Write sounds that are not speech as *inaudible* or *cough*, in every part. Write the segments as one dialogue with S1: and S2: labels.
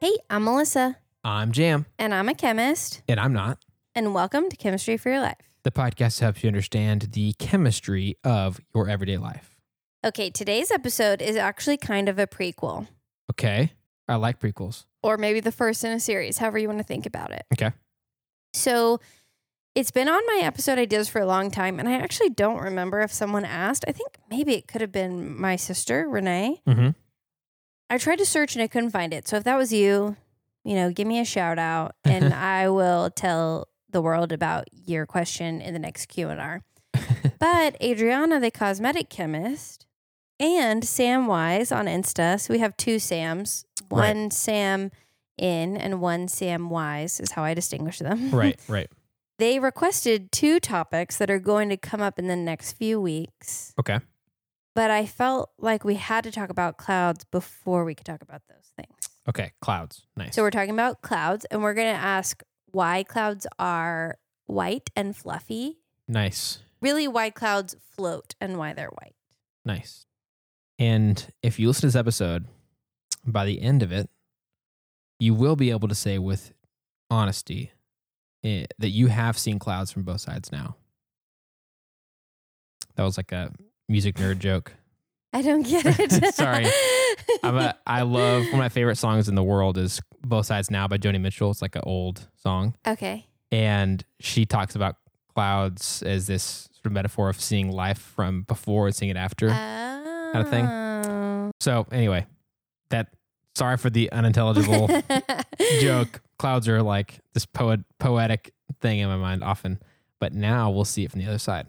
S1: Hey, I'm Melissa,
S2: I'm Jam,
S1: and I'm a chemist,
S2: and I'm not.
S1: and welcome to Chemistry for Your Life.
S2: The podcast helps you understand the chemistry of your everyday life.
S1: Okay, today's episode is actually kind of a prequel,
S2: Okay. I like *laughs* prequels.
S1: or maybe the first in a series, however you want to think about it.
S2: Okay.
S1: So it's been on my episode ideas for a long time, and I actually don't remember if someone asked. I think maybe it could have been my sister, Renee.
S2: Mhm.
S1: I tried to search and I couldn't find it. So if that was you, you know, give me a shout
S2: *laughs*
S1: out and I will tell the world about your question in the next Q&R.
S2: *laughs*
S1: but Adriana, the cosmetic chemist, and Sam Wise on Insta. So we have two Sams,
S2: Right.
S1: one Sam in and one Sam Wise is how I distinguish them. *laughs*
S2: Right, right.
S1: they requested two topics that are going to come up in the next few weeks.
S2: Okay.
S1: But I felt like we had to talk about clouds before we could talk about those things.
S2: Okay. Clouds. Nice.
S1: So we're talking about clouds and we're going to ask why clouds are white and fluffy.
S2: nice.
S1: Really, why clouds float and why they're white.
S2: Nice. And if you listen to this episode, by the end of it, you will be able to say with honesty eh, that you have seen clouds from both sides now. That was like a music nerd joke.
S1: I don't
S2: *laughs*
S1: get it. *laughs*
S2: Sorry. I'm a, I love one of my favorite songs in the world is Both Sides Now by Joni Mitchell. It's like an old song.
S1: okay.
S2: And she talks about clouds as this sort of metaphor of seeing life from before and seeing it after.
S1: Uh, Kind
S2: of thing.
S1: Um.
S2: so anyway, that sorry for the unintelligible
S1: *laughs*
S2: joke. Clouds are like this poet poetic thing in my mind often. But now we'll see it from the other side.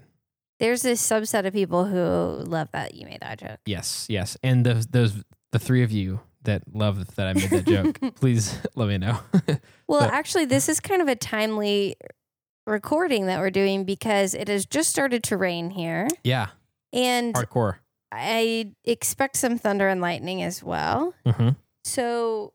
S1: There's this subset of people who love that you made that joke.
S2: Yes, yes. And those those the three of you that love that I made
S1: *laughs*
S2: that joke, please *laughs* let me know.
S1: Well,
S2: But-
S1: actually, this is kind of a timely recording that we're doing because it has just started to rain here,
S2: yeah.
S1: and
S2: Hardcore.
S1: I expect some thunder and lightning as well.
S2: Mm-hmm.
S1: So,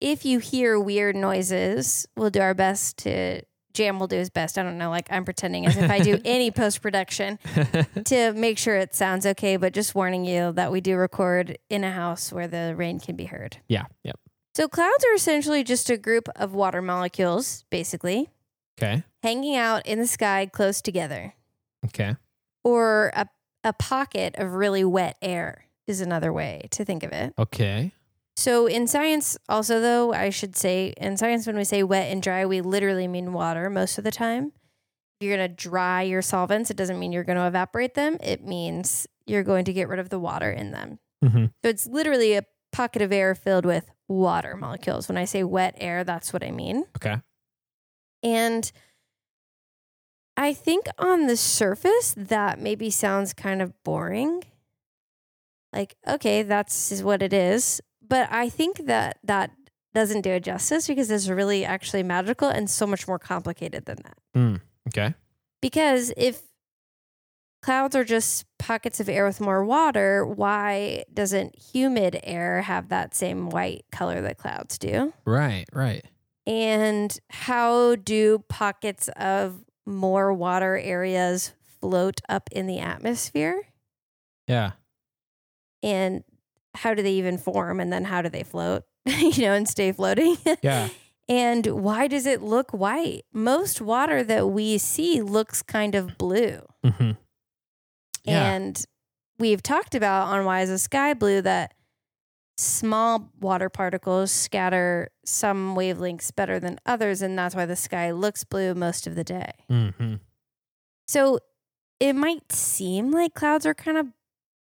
S1: if you hear weird noises, we'll do our best to. Jam will do his best. I don't know. Like I'm pretending as if I
S2: *laughs*
S1: do any post production
S2: Mm-hmm.
S1: to make sure it sounds okay, but just warning you that we do record in a house where the rain can be heard.
S2: yeah. Yep.
S1: So clouds are essentially just a group of water molecules, basically,
S2: Okay.
S1: hanging out in the sky close together.
S2: Okay.
S1: Or a, a pocket of really wet air is another way to think of it.
S2: Okay.
S1: So in science, also though, I should say, in science, when we say wet and dry, we literally mean water most of the time. If you're going to dry your solvents, it doesn't mean you're going to evaporate them. It means you're going to get rid of the water in them.
S2: Mm-hmm.
S1: So it's literally a pocket of air filled with water molecules. When I say wet air, that's what I mean.
S2: Okay.
S1: And I think on the surface, that maybe sounds kind of boring. Like, okay, that's is what it is. But I think that that doesn't do it justice because it's really actually magical and so much more complicated than that.
S2: Okay.
S1: Because if clouds are just pockets of air with more water, why doesn't humid air have that same white color that clouds do?
S2: Right. Right.
S1: And how do pockets of more water areas float up in the atmosphere?
S2: Yeah.
S1: And how do they even form? And then how do they float, *laughs* you know, and stay floating? *laughs*
S2: Yeah.
S1: and why does it look white? Most water that we see looks kind of blue.
S2: Mm-hmm. Yeah.
S1: And we've talked about on Why is the Sky Blue that small water particles scatter some wavelengths better than others. And that's why the sky looks blue most of the day.
S2: mm-hmm.
S1: So it might seem like clouds are kind of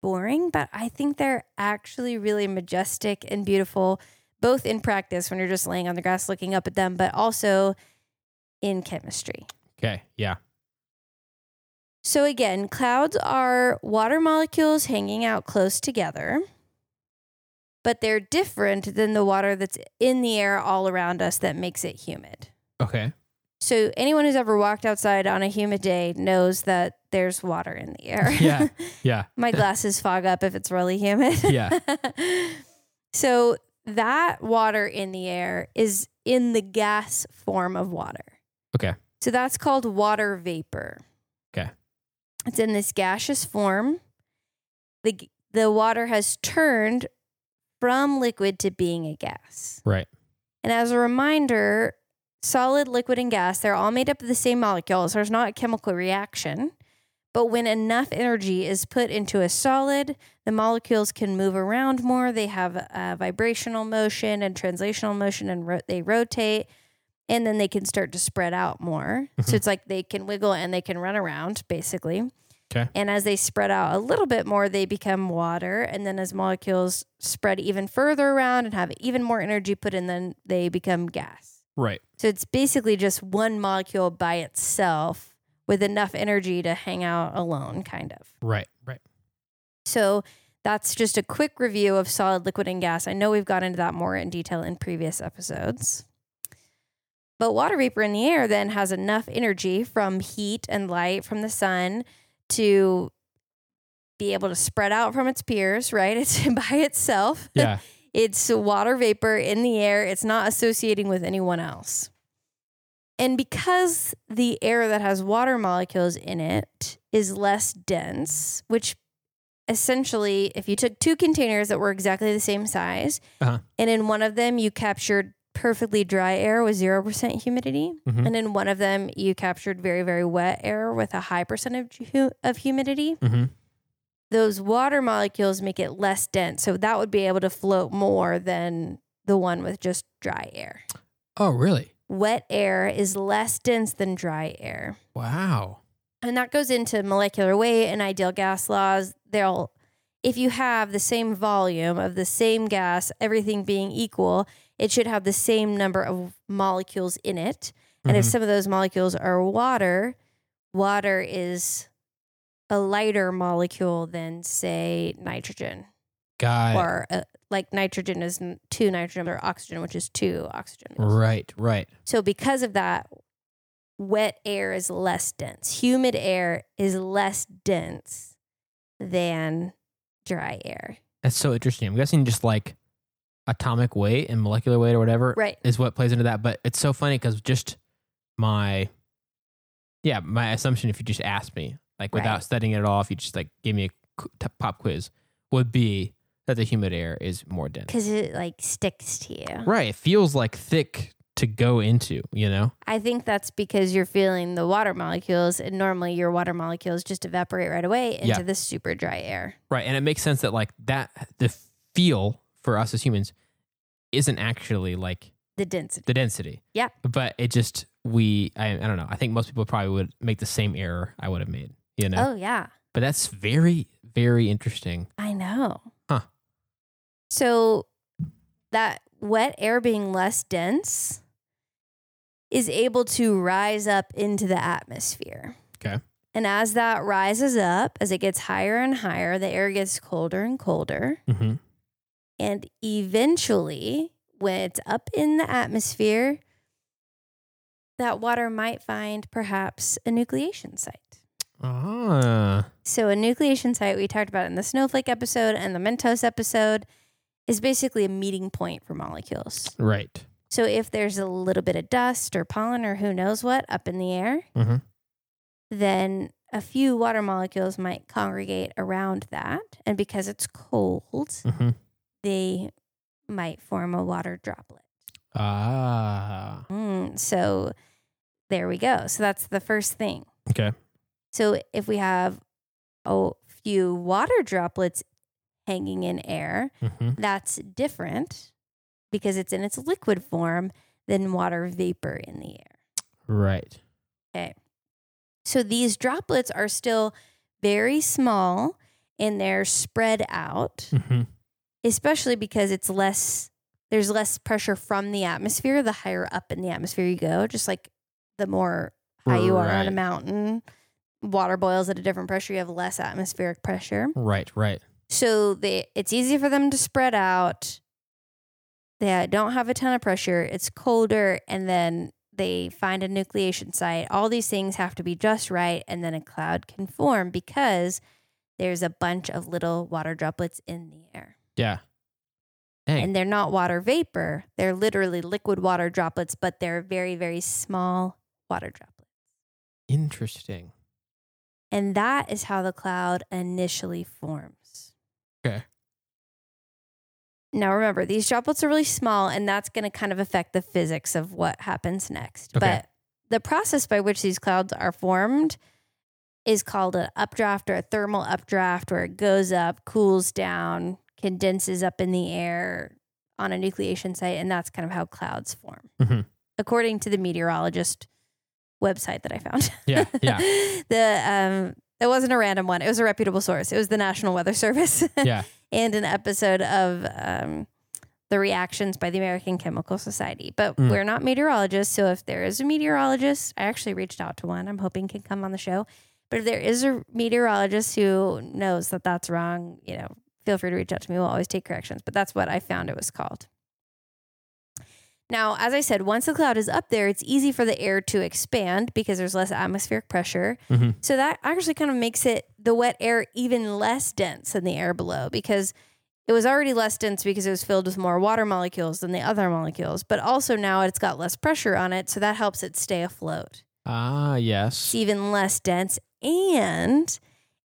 S1: boring, but I think they're actually really majestic and beautiful, both in practice when you're just laying on the grass looking up at them, but also in chemistry.
S2: Okay. Yeah.
S1: So, again, clouds are water molecules hanging out close together, but they're different than the water that's in the air all around us that makes it humid.
S2: Okay.
S1: So, anyone who's ever walked outside on a humid day knows that there's water in the air.
S2: Yeah. Yeah.
S1: My glasses fog up if it's really humid.
S2: Yeah.
S1: *laughs* so, that water in the air is in the gas form of water.
S2: Okay.
S1: So that's called water vapor.
S2: Okay.
S1: It's in this gaseous form. The g- the water has turned from liquid to being a gas.
S2: Right.
S1: And as a reminder, solid, liquid, and gas, they're all made up of the same molecules. There's not a chemical reaction. But when enough energy is put into a solid, the molecules can move around more. They have uh, vibrational motion and translational motion, and ro- they rotate, and then they can start to spread out more. So it's like they can wiggle and they can run around, basically.
S2: 'Kay.
S1: And as they spread out a little bit more, they become water. And then as molecules spread even further around and have even more energy put in, then they become gas.
S2: Right.
S1: So it's basically just one molecule by itself with enough energy to hang out alone, kind of.
S2: Right. Right.
S1: So that's just a quick review of solid, liquid, and gas. I know we've gone into that more in detail in previous episodes. But water vapor in the air then has enough energy from heat and light from the sun to be able to spread out from its peers, right? *laughs* It's by itself.
S2: Yeah.
S1: It's water vapor in the air. It's not associating with anyone else. And because the air that has water molecules in it is less dense, which essentially, if you took two containers that were exactly the same size,
S2: Uh-huh.
S1: and in one of them you captured perfectly dry air with 0% humidity,
S2: Mhm.
S1: and in one of them you captured very, very wet air with a high percentage hu- of humidity,
S2: Mhm.
S1: those water molecules make it less dense. So that would be able to float more than the one with just dry air.
S2: Oh, really?
S1: Wet air is less dense than dry air.
S2: Wow.
S1: And that goes into molecular weight and ideal gas laws. They'll, if you have the same volume of the same gas, everything being equal, it should have the same number of molecules in it. And if
S2: Mhm.
S1: some of those molecules are water, water is a lighter molecule than, say, nitrogen
S2: Got it.
S1: or uh, like nitrogen is n- two nitrogen or oxygen, which is two oxygen.
S2: Right. Right.
S1: So because of that, wet air is less dense. Humid air is less dense than dry air.
S2: That's so interesting. I'm guessing just like atomic weight and molecular weight or whatever
S1: Right.
S2: is what plays into that. But it's so funny because just my, yeah, my assumption if you just asked me, like without
S1: Right.
S2: studying it at all, if you just like gave me a qu- t- pop quiz, would be that the humid air is more dense.
S1: Because it like sticks to you.
S2: Right. It feels like thick to go into, you know?
S1: I think that's because you're feeling the water molecules, and normally your water molecules just evaporate right away into
S2: Yeah.
S1: the super dry air.
S2: Right. And it makes sense that like that, the feel for us as humans isn't actually like
S1: The density.
S2: the density.
S1: Yeah.
S2: But it just we I, I don't know. I think most people probably would make the same error I would have made. You know.
S1: Oh, yeah.
S2: But that's very very interesting.
S1: I know.
S2: Huh.
S1: So that wet air being less dense is able to rise up into the atmosphere.
S2: Okay.
S1: And as that rises up, as it gets higher and higher, the air gets colder and colder.
S2: Mm-hmm.
S1: And eventually, when it's up in the atmosphere, that water might find perhaps a nucleation site.
S2: Ah.
S1: So a nucleation site we talked about in the snowflake episode and the Mentos episode is basically a meeting point for molecules.
S2: Right.
S1: So if there's a little bit of dust or pollen or who knows what up in the air,
S2: Mm-hmm.
S1: then a few water molecules might congregate around that. And because it's cold,
S2: Mm-hmm.
S1: they might form a water droplet.
S2: Ah.
S1: Mm, so there we go. So that's the first thing.
S2: Okay.
S1: So if we have a few water droplets hanging in air,
S2: Mm-hmm.
S1: that's different because it's in its liquid form than water vapor in the air.
S2: Right.
S1: So these droplets are still very small and they're spread out,
S2: Mm-hmm.
S1: especially because it's less there's less pressure from the atmosphere the higher up in the atmosphere you go, just like the more high you are on a
S2: Right.
S1: mountain, water boils at a different pressure, you have less atmospheric pressure.
S2: Right. Right.
S1: So they, it's easy for them to spread out. They don't have a ton of pressure. It's colder, and then they find a nucleation site. All these things have to be just right, and then a cloud can form because there's a bunch of little water droplets in the air.
S2: Yeah. Dang.
S1: And they're not water vapor, they're literally liquid water droplets, but they're very, very small water droplets.
S2: interesting.
S1: And that is how the cloud initially forms.
S2: Okay.
S1: Now remember, these droplets are really small, and that's going to kind of affect the physics of what happens next.
S2: Okay.
S1: But the process by which these clouds are formed is called an updraft or a thermal updraft, where it goes up, cools down, condenses up in the air on a nucleation site, and that's kind of how clouds form,
S2: Mhm.
S1: according to the meteorologist website that I found. *laughs*
S2: Yeah, yeah,
S1: the um, it wasn't a random one; it was a reputable source. It was the National Weather Service *laughs*
S2: yeah.
S1: and an episode of um, the reactions by the American Chemical Society. But
S2: Mm.
S1: we're not meteorologists, so if there is a meteorologist, I actually reached out to one. I'm hoping can come on the show. But if there is a meteorologist who knows that that's wrong, you know, feel free to reach out to me. We'll always take corrections. But that's what I found it was called. Now, as I said, once the cloud is up there, it's easy for the air to expand because there's less atmospheric pressure.
S2: Mhm.
S1: So that actually kind of makes it the wet air even less dense than the air below because it was already less dense because it was filled with more water molecules than the other molecules. But also now it's got less pressure on it, so that helps it stay afloat.
S2: *laughs* Ah,
S1: It's
S2: yes.
S1: even less dense. And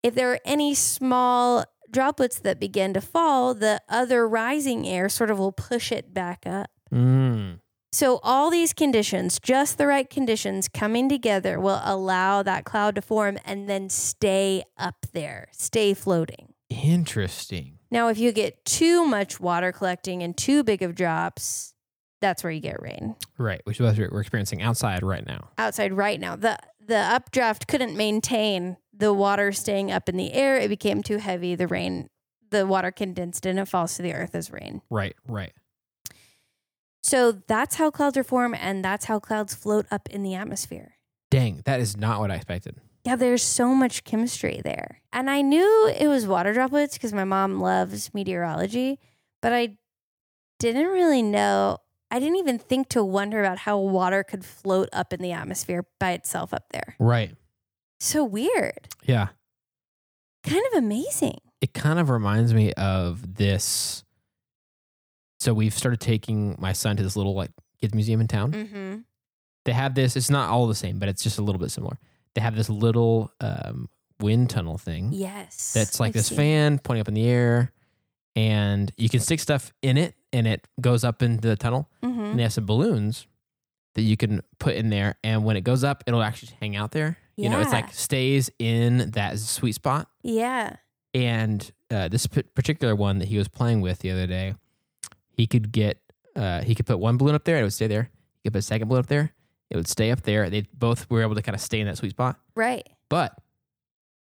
S1: if there are any small droplets that begin to fall, the other rising air sort of will push it back up.
S2: Mm.
S1: So, all these conditions, just the right conditions coming together, will allow that cloud to form and then stay up there, stay floating.
S2: Interesting.
S1: Now, if you get too much water collecting and too big of drops, that's where you get rain.
S2: Right, which is what we're experiencing outside right now.
S1: Outside right now, the, the updraft couldn't maintain the water staying up in the air. It became too heavy. The rain, the water condensed and it falls to the earth as rain.
S2: Right, right.
S1: So, that's how clouds are formed and that's how clouds float up in the atmosphere.
S2: Dang, that is not what I expected.
S1: Yeah, there's so much chemistry there. And I knew it was water droplets because my mom loves meteorology, but I didn't really know. I didn't even think to wonder about how water could float up in the atmosphere by itself up there.
S2: Right.
S1: So weird.
S2: Yeah.
S1: Kind of amazing.
S2: It kind of reminds me of this. So we've started taking my son to this little like kids museum in town.
S1: Mm-hmm.
S2: They have this. It's not all the same, but it's just a little bit similar. They have this little um, wind tunnel thing
S1: Yes.
S2: that's like
S1: I've
S2: this
S1: seen-
S2: fan pointing up in the air, and you can stick stuff in it, and it goes up into the tunnel.
S1: Mhm.
S2: and they have some balloons that you can put in there and when it goes up it'll actually hang out there you know it's
S1: Yeah.
S2: like stays in that sweet spot
S1: Yeah.
S2: and uh, this p- particular one that he was playing with the other day he could get uh, he could put one balloon up there it would stay there he could put a second balloon up there it would stay up there they both were able to kind of stay in that sweet spot
S1: Right.
S2: but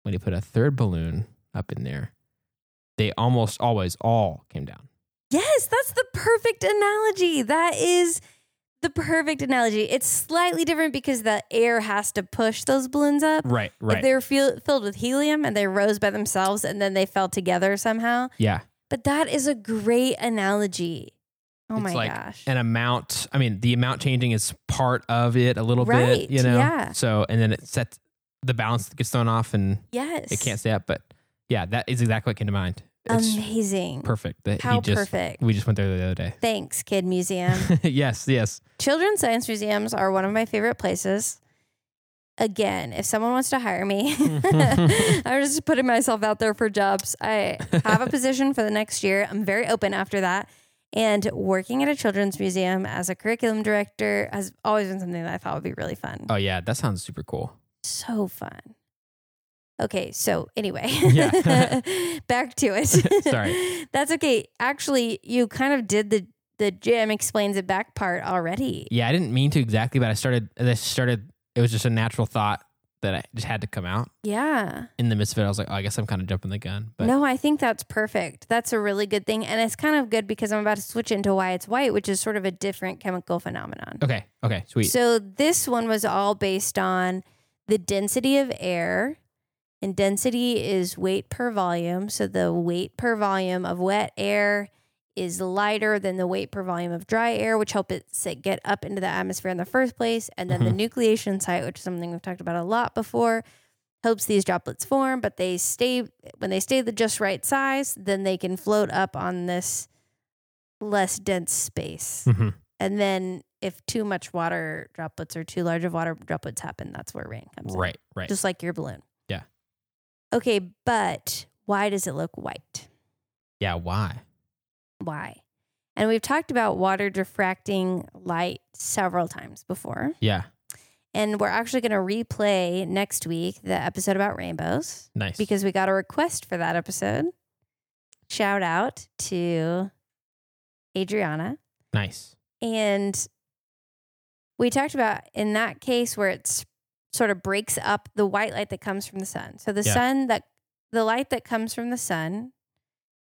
S2: when he put a third balloon up in there they almost always all came down
S1: Yes, that's the perfect analogy. That is the perfect analogy. It's slightly different because the air has to push those balloons up.
S2: right
S1: If they were feel, filled with helium and they rose by themselves and then they fell together somehow.
S2: yeah
S1: But that is a great analogy. Oh
S2: It's
S1: my
S2: like
S1: gosh.
S2: an amount. I mean, the amount changing is part of it a little
S1: Right,
S2: bit, you know.
S1: yeah.
S2: So and then it sets the balance gets thrown off and
S1: yes.
S2: it can't stay up. But yeah, that is exactly what came to mind. It's
S1: Amazing.
S2: perfect. That
S1: How
S2: he just
S1: perfect.
S2: we just went there the other day. *laughs*
S1: Thanks, Kid Museum.
S2: yes, yes.
S1: Children's science museums are one of my favorite places. Again, if someone wants to hire me, *laughs* I'm just putting myself out there for jobs. I have a position for the next year. I'm very open after that. And working at a children's museum as a curriculum director has always been something that I thought would be really fun.
S2: Oh yeah, that sounds super cool.
S1: So fun. Okay, so anyway,
S2: Yeah.
S1: *laughs* back to it.
S2: *laughs* Sorry.
S1: *laughs* That's okay. Actually, you kind of did the the Jim explains it back part already.
S2: Yeah, I didn't mean to exactly, but I started. I started. It was just a natural thought that I just had to come out
S1: Yeah.
S2: in the midst of it. I was like, oh, I guess I'm kind of jumping the gun, but
S1: no, I think that's perfect. That's a really good thing. And it's kind of good because I'm about to switch into why it's white, which is sort of a different chemical phenomenon.
S2: okay, okay, sweet.
S1: So this one was all based on the density of air. And density is weight per volume. So the weight per volume of wet air is lighter than the weight per volume of dry air, which helped it sit- get up into the atmosphere in the first place. And then the nucleation site, which is something we've talked about a lot before, helps these droplets form, but they stay when they stay the just right size, then they can float up on this less dense space.
S2: Mhm.
S1: And then if too much water droplets or too large of water droplets happen, that's where rain comes in.
S2: Right, right.
S1: Just like your balloon.
S2: Yeah.
S1: Okay, but why does it look white?
S2: yeah. Why?
S1: Why? And we've talked about water diffracting light several times before.
S2: Yeah.
S1: And we're actually going to replay next week the episode about rainbows
S2: Nice.
S1: because we got a request for that episode. Shout out to Adriana.
S2: nice.
S1: And we talked about in that case where it's sort of breaks up the white light that comes from the sun. So the
S2: Yeah.
S1: sun that the light that comes from the sun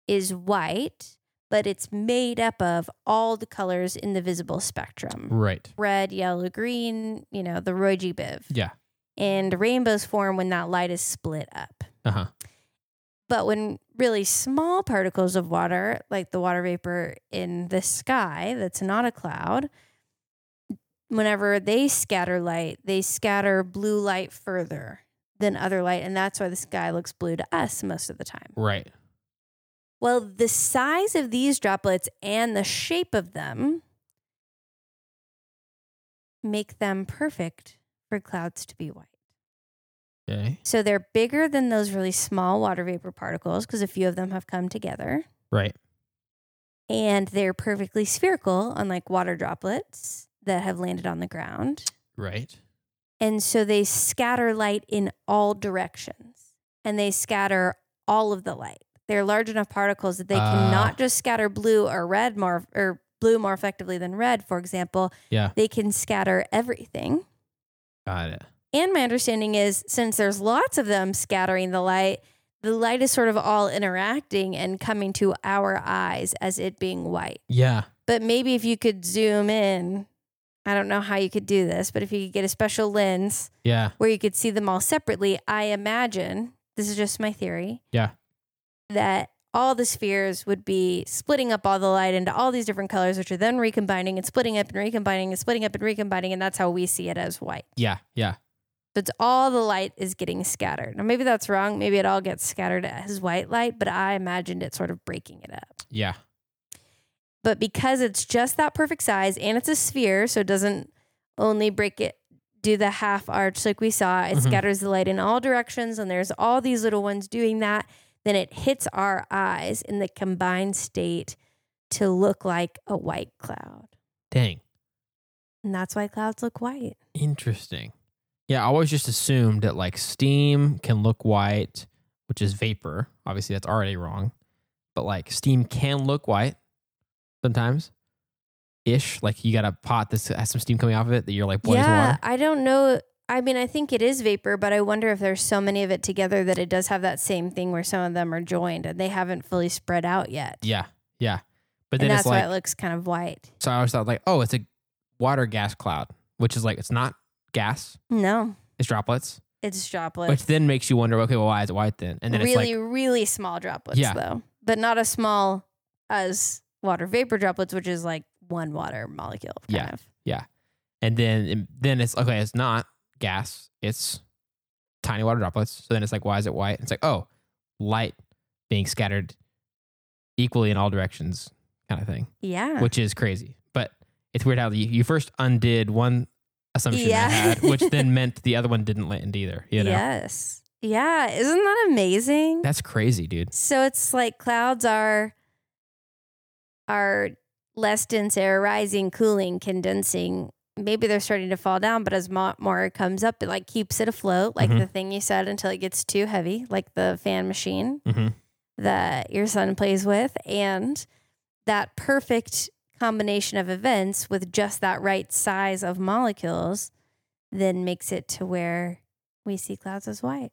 S1: is white, but it's made up of all the colors in the visible spectrum.
S2: Right.
S1: Red, yellow, green, you know, the Roy G. Biv.
S2: Yeah.
S1: And rainbows form when that light is split up.
S2: Uh huh.
S1: But when really small particles of water, like the water vapor in the sky that's not a cloud, whenever they scatter light, they scatter blue light further than other light. And that's why the sky looks blue to us most of the time.
S2: Right.
S1: Well, the size of these droplets and the shape of them make them perfect for clouds to be white.
S2: Okay.
S1: So they're bigger than those really small water vapor particles because a few of them have come together.
S2: Right.
S1: And they're perfectly spherical, unlike water droplets that have landed on the ground.
S2: Right.
S1: And so they scatter light in all directions and they scatter all of the light. They're large enough particles that they
S2: Ah.
S1: can not just scatter blue or red more or blue more effectively than red, for example.
S2: Yeah.
S1: They can scatter everything.
S2: Got it.
S1: And my understanding is since there's lots of them scattering the light, the light is sort of all interacting and coming to our eyes as it being white.
S2: Yeah.
S1: But maybe if you could zoom in, I don't know how you could do this, but if you could get a special lens
S2: Yeah.
S1: where you could see them all separately, I imagine this is just my theory.
S2: Yeah.
S1: That all the spheres would be splitting up all the light into all these different colors, which are then recombining and splitting up and recombining and splitting up and recombining. And that's how we see it as white.
S2: Yeah. Yeah.
S1: So it's all the light is getting scattered. Now, maybe that's wrong. Maybe it all gets scattered as white light, but I imagined it sort of breaking it up.
S2: Yeah.
S1: But because it's just that perfect size and it's a sphere, so it doesn't only break it, do the half arch like we saw, it
S2: Mhm.
S1: scatters the light in all directions, and there's all these little ones doing that. Then it hits our eyes in the combined state to look like a white cloud.
S2: Dang.
S1: And that's why clouds look white.
S2: Interesting. Yeah. I always just assumed that like steam can look white, which is vapor. Obviously, that's already wrong. But like steam can look white sometimes ish. Like you got a pot that has some steam coming off of it that you're like boiling
S1: yeah,
S2: water.
S1: I don't know. I mean, I think it is vapor, but I wonder if there's so many of it together that it does have that same thing where some of them are joined and they haven't fully spread out yet.
S2: Yeah. Yeah. But then
S1: and that's
S2: it's like,
S1: why it looks kind of white.
S2: so I always thought like, oh, it's a water gas cloud, which is like, it's not gas,
S1: No,
S2: it's droplets.
S1: it's droplets.
S2: which then makes you wonder, okay, well, why is it white then? And then
S1: really,
S2: it's like,
S1: really small droplets,
S2: Yeah.
S1: though, but not as small as water vapor droplets, which is like one water molecule. Kind
S2: Yeah.
S1: Of.
S2: and then then it's okay, it's not gas, it's tiny water droplets. So then it's like, why is it white? It's like, oh, light being scattered equally in all directions, kind of thing,
S1: Yeah.
S2: which is crazy. But it's weird how you, you first undid one assumption
S1: Yeah.
S2: I had, which then meant the other one didn't land either. You know,
S1: Yes. Yeah. Isn't that amazing?
S2: that's crazy, dude.
S1: So it's like clouds are are less dense air rising, cooling, condensing. Maybe they're starting to fall down, but as mo- more comes up, it like keeps it afloat, like
S2: Mhm.
S1: the thing you said, until it gets too heavy, like the fan machine
S2: hmm
S1: that your son plays with, and that perfect combination of events with just that right size of molecules, then makes it to where we see clouds as white.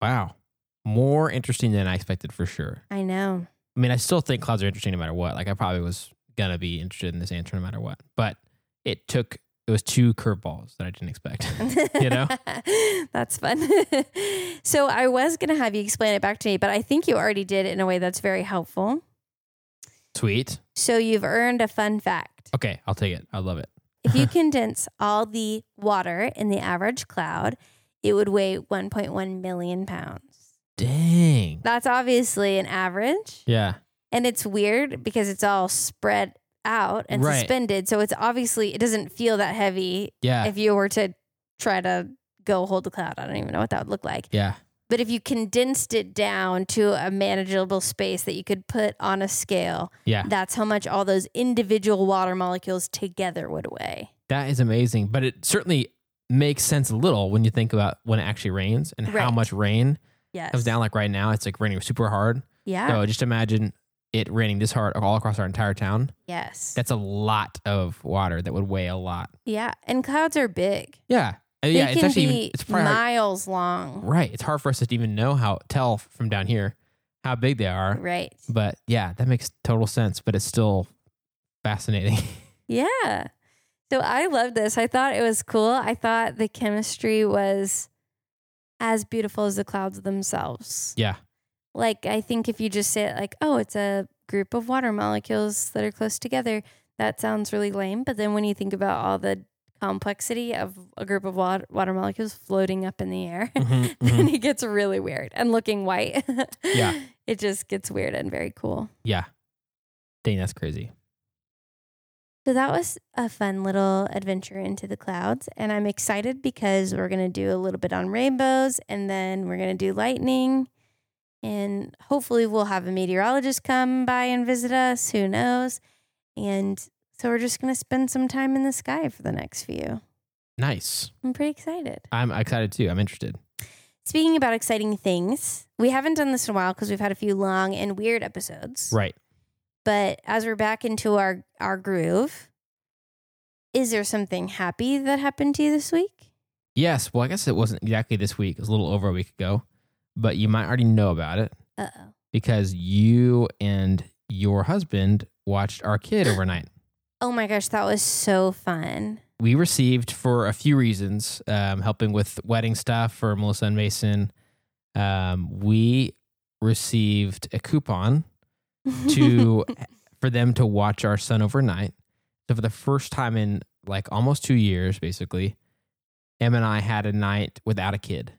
S2: Wow, more interesting than I expected for sure.
S1: I know.
S2: I mean, I still think clouds are interesting no matter what. Like, I probably was gonna be interested in this answer no matter what. But it took it was two curveballs that I
S1: *laughs*
S2: didn't expect. *laughs* You know?
S1: that's fun. *laughs* so I was going to have you explain it back to me, but I think you already did in a way that's very helpful.
S2: Sweet.
S1: So you've earned a fun fact.
S2: Okay, I'll take it. I love it.
S1: If
S2: *laughs*
S1: you condense all the water in the average cloud, it would weigh 1.1 million pounds.
S2: Dang.
S1: That's obviously an average.
S2: Yeah.
S1: And it's weird because it's all spread out and
S2: Right.
S1: suspended. So it's obviously, it doesn't feel that heavy
S2: Yeah.
S1: if you were to try to go hold the cloud. I don't even know what that would look like.
S2: Yeah.
S1: But if you condensed it down to a manageable space that you could put on a scale,
S2: Yeah.
S1: that's how much all those individual water molecules together would weigh.
S2: That is amazing, but it certainly makes sense a little when you think about when it actually rains and how
S1: Right.
S2: much rain
S1: Yes. Ah.
S2: comes down. Like right now, it's like raining super hard.
S1: Yeah.
S2: So just imagine it raining this hard all across our entire town.
S1: Yes.
S2: That's a lot of water that would weigh a lot.
S1: yeah. And clouds are big.
S2: Yeah, Uh,
S1: They
S2: yeah.
S1: can
S2: It's actually
S1: be
S2: even, it's probably hard-
S1: miles long.
S2: right. It's hard for us to even know how tell from down here how big they are.
S1: Right.
S2: But yeah, that makes total sense. But it's still fascinating. *laughs*
S1: Yeah. So I love this. I thought it was cool. I thought the chemistry was as beautiful as the clouds themselves.
S2: yeah,
S1: Like I think if you just say it like, oh, it's a group of water molecules that are close together, that sounds really lame. But then when you think about all the complexity of a group of water, water molecules floating up in the air,
S2: Mhm, mhm.
S1: *laughs* then it gets really weird and looking white.
S2: Yeah.
S1: *laughs* It just gets weird and very cool.
S2: yeah. Dang, that's crazy.
S1: So that was a fun little adventure into the clouds. And I'm excited because we're going to do a little bit on rainbows and then we're going to do lightning. And hopefully, we'll have a meteorologist come by and visit us. Who knows? And so, we're just going to spend some time in the sky for the next few.
S2: Nice.
S1: I'm pretty excited.
S2: I'm excited too. I'm interested.
S1: Speaking about exciting things, we haven't done this in a while because we've had a few long and weird episodes.
S2: Right.
S1: but as we're back into our our groove is there something happy that happened to you this week
S2: Yes. Well, I guess it wasn't exactly this week. It was a little over a week ago, but you might already know about it
S1: uh-oh
S2: because you and your husband watched our kid overnight.
S1: oh my gosh that was so fun
S2: We received for a few reasons, um, helping with wedding stuff for Melissa and Mason. Um, we received a coupon
S1: *laughs*
S2: to for them to watch our son overnight. So for the first time in like almost two years, basically, Em and I had a night without a kid,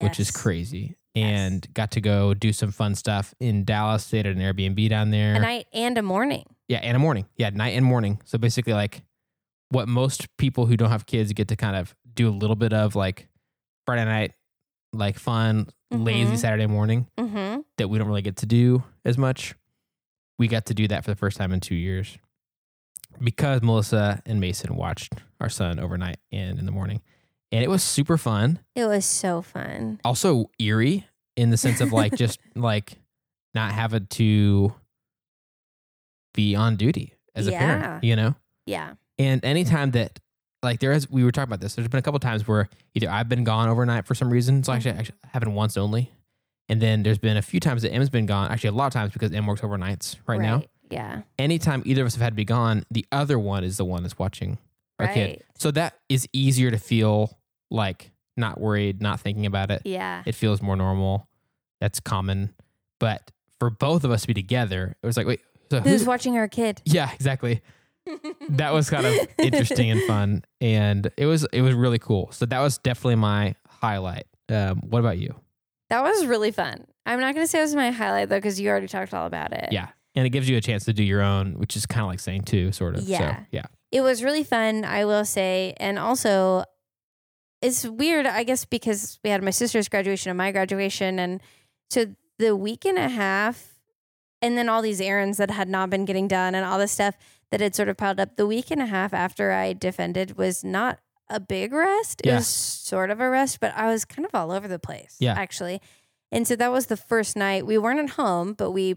S2: which is
S1: Yes.
S2: crazy.
S1: Yes.
S2: And got to go do some fun stuff in Dallas. Stayed at an Airbnb down there.
S1: a night and a morning
S2: yeah, and a morning. Yeah, night and morning. So basically, like what most people who don't have kids get to kind of do a little bit of like Friday night, like fun, lazy
S1: Mhm.
S2: Saturday morning
S1: mm-hmm
S2: that we don't really get to do as much. We got to do that for the first time in two years because Melissa and Mason watched our son overnight and in the morning. And it was super fun.
S1: it was so fun
S2: Also eerie in the sense of like
S1: *laughs*
S2: just like not having to be on duty as a parent,
S1: Yeah.
S2: you know?
S1: yeah
S2: And anytime that like there is we were talking about this, there's been a couple times where either I've been gone overnight for some reason. It's
S1: Mm-hmm.
S2: actually, actually happened once only. And then there's been a few times that Em's been gone, actually a lot of times because Em works overnights right, now.
S1: yeah
S2: Anytime either of us have had to be gone, the other one is the one that's watching our kid.
S1: right
S2: So that is easier to feel like not worried, not thinking about it. *laughs*
S1: yeah
S2: It feels more normal. That's common. But for both of us to be together, it was like, wait, so
S1: who's
S2: who's,
S1: watching our kid
S2: yeah, exactly that was
S1: *laughs*
S2: kind of interesting and fun and it was it was really cool so that was definitely my highlight um, what about you
S1: that was really fun i'm not going to say it was my highlight though because you already talked all about it
S2: yeah and it gives you a chance to do your own which is kind of like saying too sort of so
S1: Yeah.
S2: yeah
S1: it was really fun, I will say. And also, it's weird, I guess, because we had my sister's graduation and my graduation. And so the week and a half, and then all these errands that had not been getting done and all this stuff that had sort of piled up, the week and a half after I defended was not a big rest. It
S2: Yeah.
S1: was sort of a rest, but I was kind of all over the place,
S2: Yeah.
S1: actually. And so that was the first night. We weren't at home, but we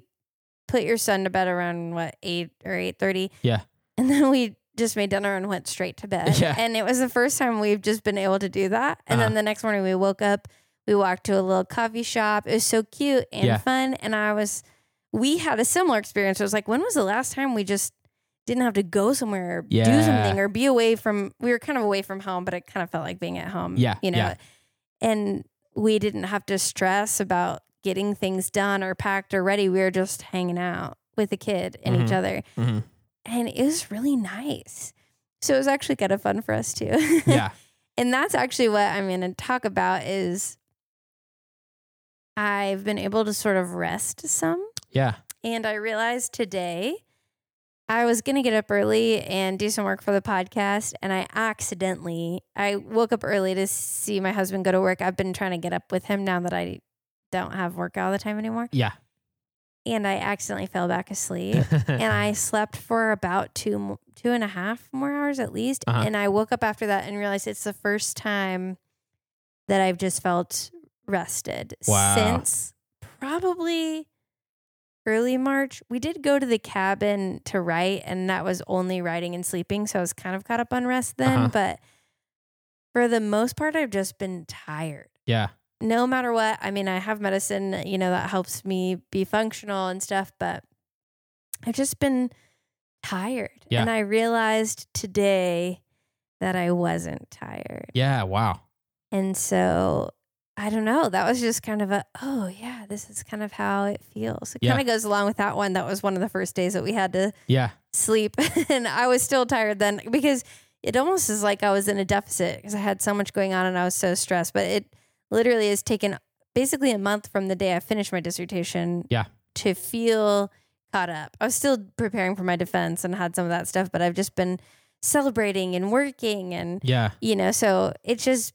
S1: put your son to bed around what eight or eight thirty.
S2: Yeah.
S1: And then we just made dinner and went straight to bed.
S2: Yeah.
S1: And it was the first time we've just been able to do that. And
S2: Uh-huh.
S1: then the next morning we woke up, we walked to a little coffee shop. It was so cute and
S2: Yeah.
S1: fun. And I was we had a similar experience. It was like, when was the last time we just didn't have to go somewhere, or do
S2: Yeah.
S1: something, or be away from we were kind of away from home, but it kind of felt like being at home.
S2: Yeah,
S1: You know.
S2: yeah.
S1: And we didn't have to stress about getting things done or packed or ready. We were just hanging out with the kid and each
S2: Mhm.
S1: other.
S2: Mhm.
S1: And it was really nice. So it was actually kind of fun for us too. *laughs*
S2: yeah
S1: and that's actually what I'm going to talk about is I've been able to sort of rest some.
S2: yeah
S1: And I realized today I was going to get up early and do some work for the podcast and I accidentally I woke up early to see my husband go to work. I've been trying to get up with him now that I don't have work all the time anymore *laughs*
S2: Yeah.
S1: and I accidentally fell back asleep and I slept for about two mo- two and a half more hours at least.
S2: Uh-huh.
S1: And I woke up after that and realized it's the first time that I've just felt rested
S2: Wow.
S1: since probably early March. We did go to the cabin to write, and that was only writing and sleeping, so I was kind of caught up on rest then.
S2: Uh-huh.
S1: But for the most part, I've just been tired
S2: *laughs* yeah.
S1: no matter what, I mean, I have medicine, you know, that helps me be functional and stuff, but I've just been tired.
S2: Yeah.
S1: And I realized today that I wasn't tired.
S2: Yeah. Wow.
S1: And so I don't know. That was just kind of a, oh, yeah, this is kind of how it feels. It
S2: Yeah.
S1: kind of goes along with that one. That was one of the first days that we had to
S2: Yeah.
S1: sleep *laughs* and I was still tired then because it almost is like I was in a deficit because I had so much going on and I was so stressed. But it literally has taken basically a month from the day I finished my dissertation
S2: Yeah.
S1: to feel caught up. I was still preparing for my defense and had some of that stuff, but I've just been celebrating and working and
S2: Yeah.
S1: you know, so it's just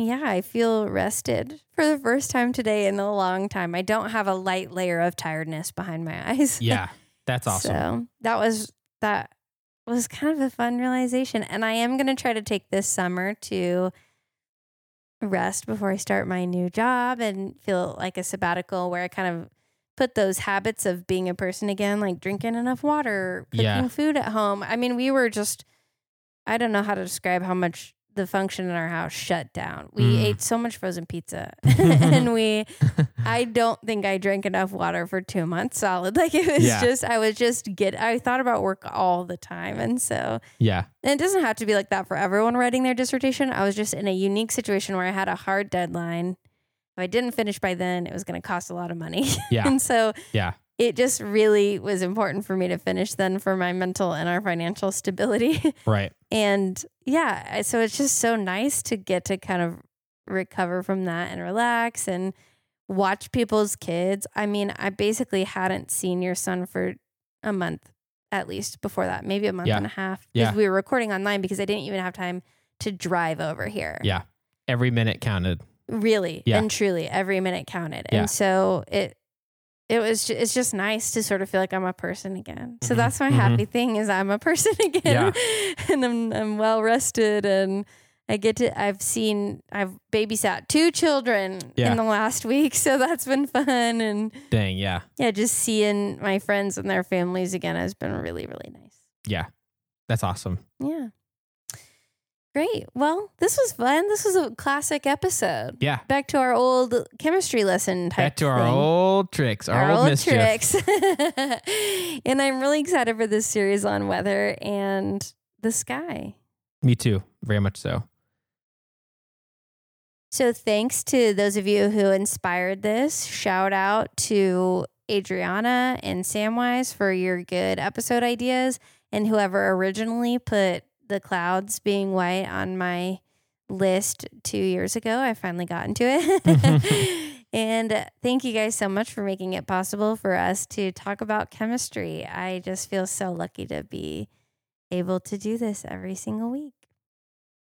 S1: yeah, I feel rested for the first time today in a long time. I don't have a light layer of tiredness behind my eyes.
S2: Yeah. That's
S1: *laughs*
S2: awesome.
S1: So that was that was kind of a fun realization. And I am gonna try to take this summer to rest before I start my new job and feel like a sabbatical where I kind of put those habits of being a person again, like drinking enough water, cooking
S2: Yeah.
S1: food at home. I mean, we were just I don't know how to describe how much the function in our house shut down. We
S2: Mm.
S1: ate so much frozen
S2: *laughs*
S1: pizza *laughs* and we I don't think I drank enough water for two months solid. *laughs* Like it was
S2: Yeah.
S1: just, I was just get, I thought about work all the time. And so,
S2: yeah.
S1: and it doesn't have to be like that for everyone writing their dissertation. I was just in a unique situation where I had a hard deadline. If I didn't finish by then, it was going to cost a lot of money. *laughs*
S2: Yeah.
S1: and so,
S2: Yeah.
S1: it just really was important for me to finish then for my mental and our financial stability. *laughs*
S2: Right.
S1: And yeah, I- so it's just so nice to get to kind of recover from that and relax and watch people's kids. I mean, I basically hadn't seen your son for a month at least before that, maybe a month
S2: Yeah.
S1: and a half.
S2: Yeah.
S1: Because we were recording online because I didn't even have time to drive over here.
S2: Yeah. Every minute counted.
S1: Really
S2: Yeah.
S1: and truly, every minute counted.
S2: Yeah.
S1: And so it it was ju- it's just nice to sort of feel like I'm a person again. So
S2: Mhm.
S1: that's my
S2: Mhm.
S1: happy thing is I'm a person *laughs* again, and I'm I'm well rested and I get to I've seen I've babysat two children
S2: Yeah.
S1: in the last week, so that's been fun and
S2: Dang. Yeah.
S1: yeah, just seeing my friends and their families again has been really really nice.
S2: Yeah. That's awesome.
S1: Yeah. Great. Well, this was fun. This was a classic episode
S2: Yeah.
S1: back to our old chemistry lesson type
S2: Back to our
S1: thing.
S2: old tricks, our,
S1: Our
S2: old,
S1: old
S2: mischief.
S1: tricks *laughs* and i'm really excited for this series on weather and the sky
S2: Me too. Very much so.
S1: so thanks to those of you who inspired this shout out to adriana and samwise for your good episode ideas and whoever originally put the clouds being white on my list two years ago i finally got into it *laughs* And uh, thank you guys so much for making it possible for us to talk about chemistry. I just feel so lucky to be able to do this every single week.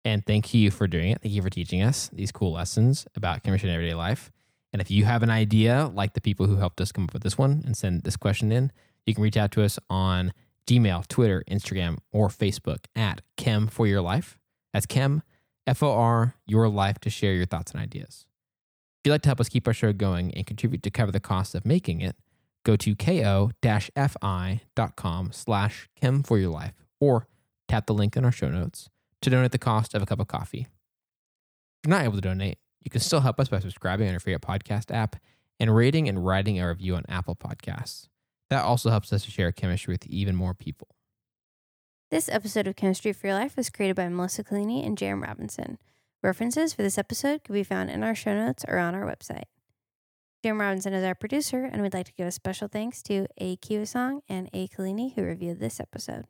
S2: And thank you for doing it. Thank you for teaching us these cool lessons about chemistry in everyday life. And if you have an idea, like the people who helped us come up with this one and send this question in, you can reach out to us on Gmail, Twitter, Instagram, or Facebook at Chem for Your Life. That's Chem, F O R, Your Life to share your thoughts and ideas. If you'd like to help us keep our show going and contribute to cover the cost of making it, go to ko-fi.com slash chem for your life or tap the link in our show notes to donate the cost of a cup of coffee. If you're not able to donate, you can still help us by subscribing on your favorite podcast app and rating and writing a review on Apple Podcasts. That also helps us to share chemistry with even more people.
S1: This episode of Chemistry for Your Life was created by Melissa Collini and Jerem Robinson. References for this episode can be found in our show notes or on our website. Jerem Robinson is our producer, and we'd like to give a special thanks to A. Kiwasong and A. Collini who reviewed this episode.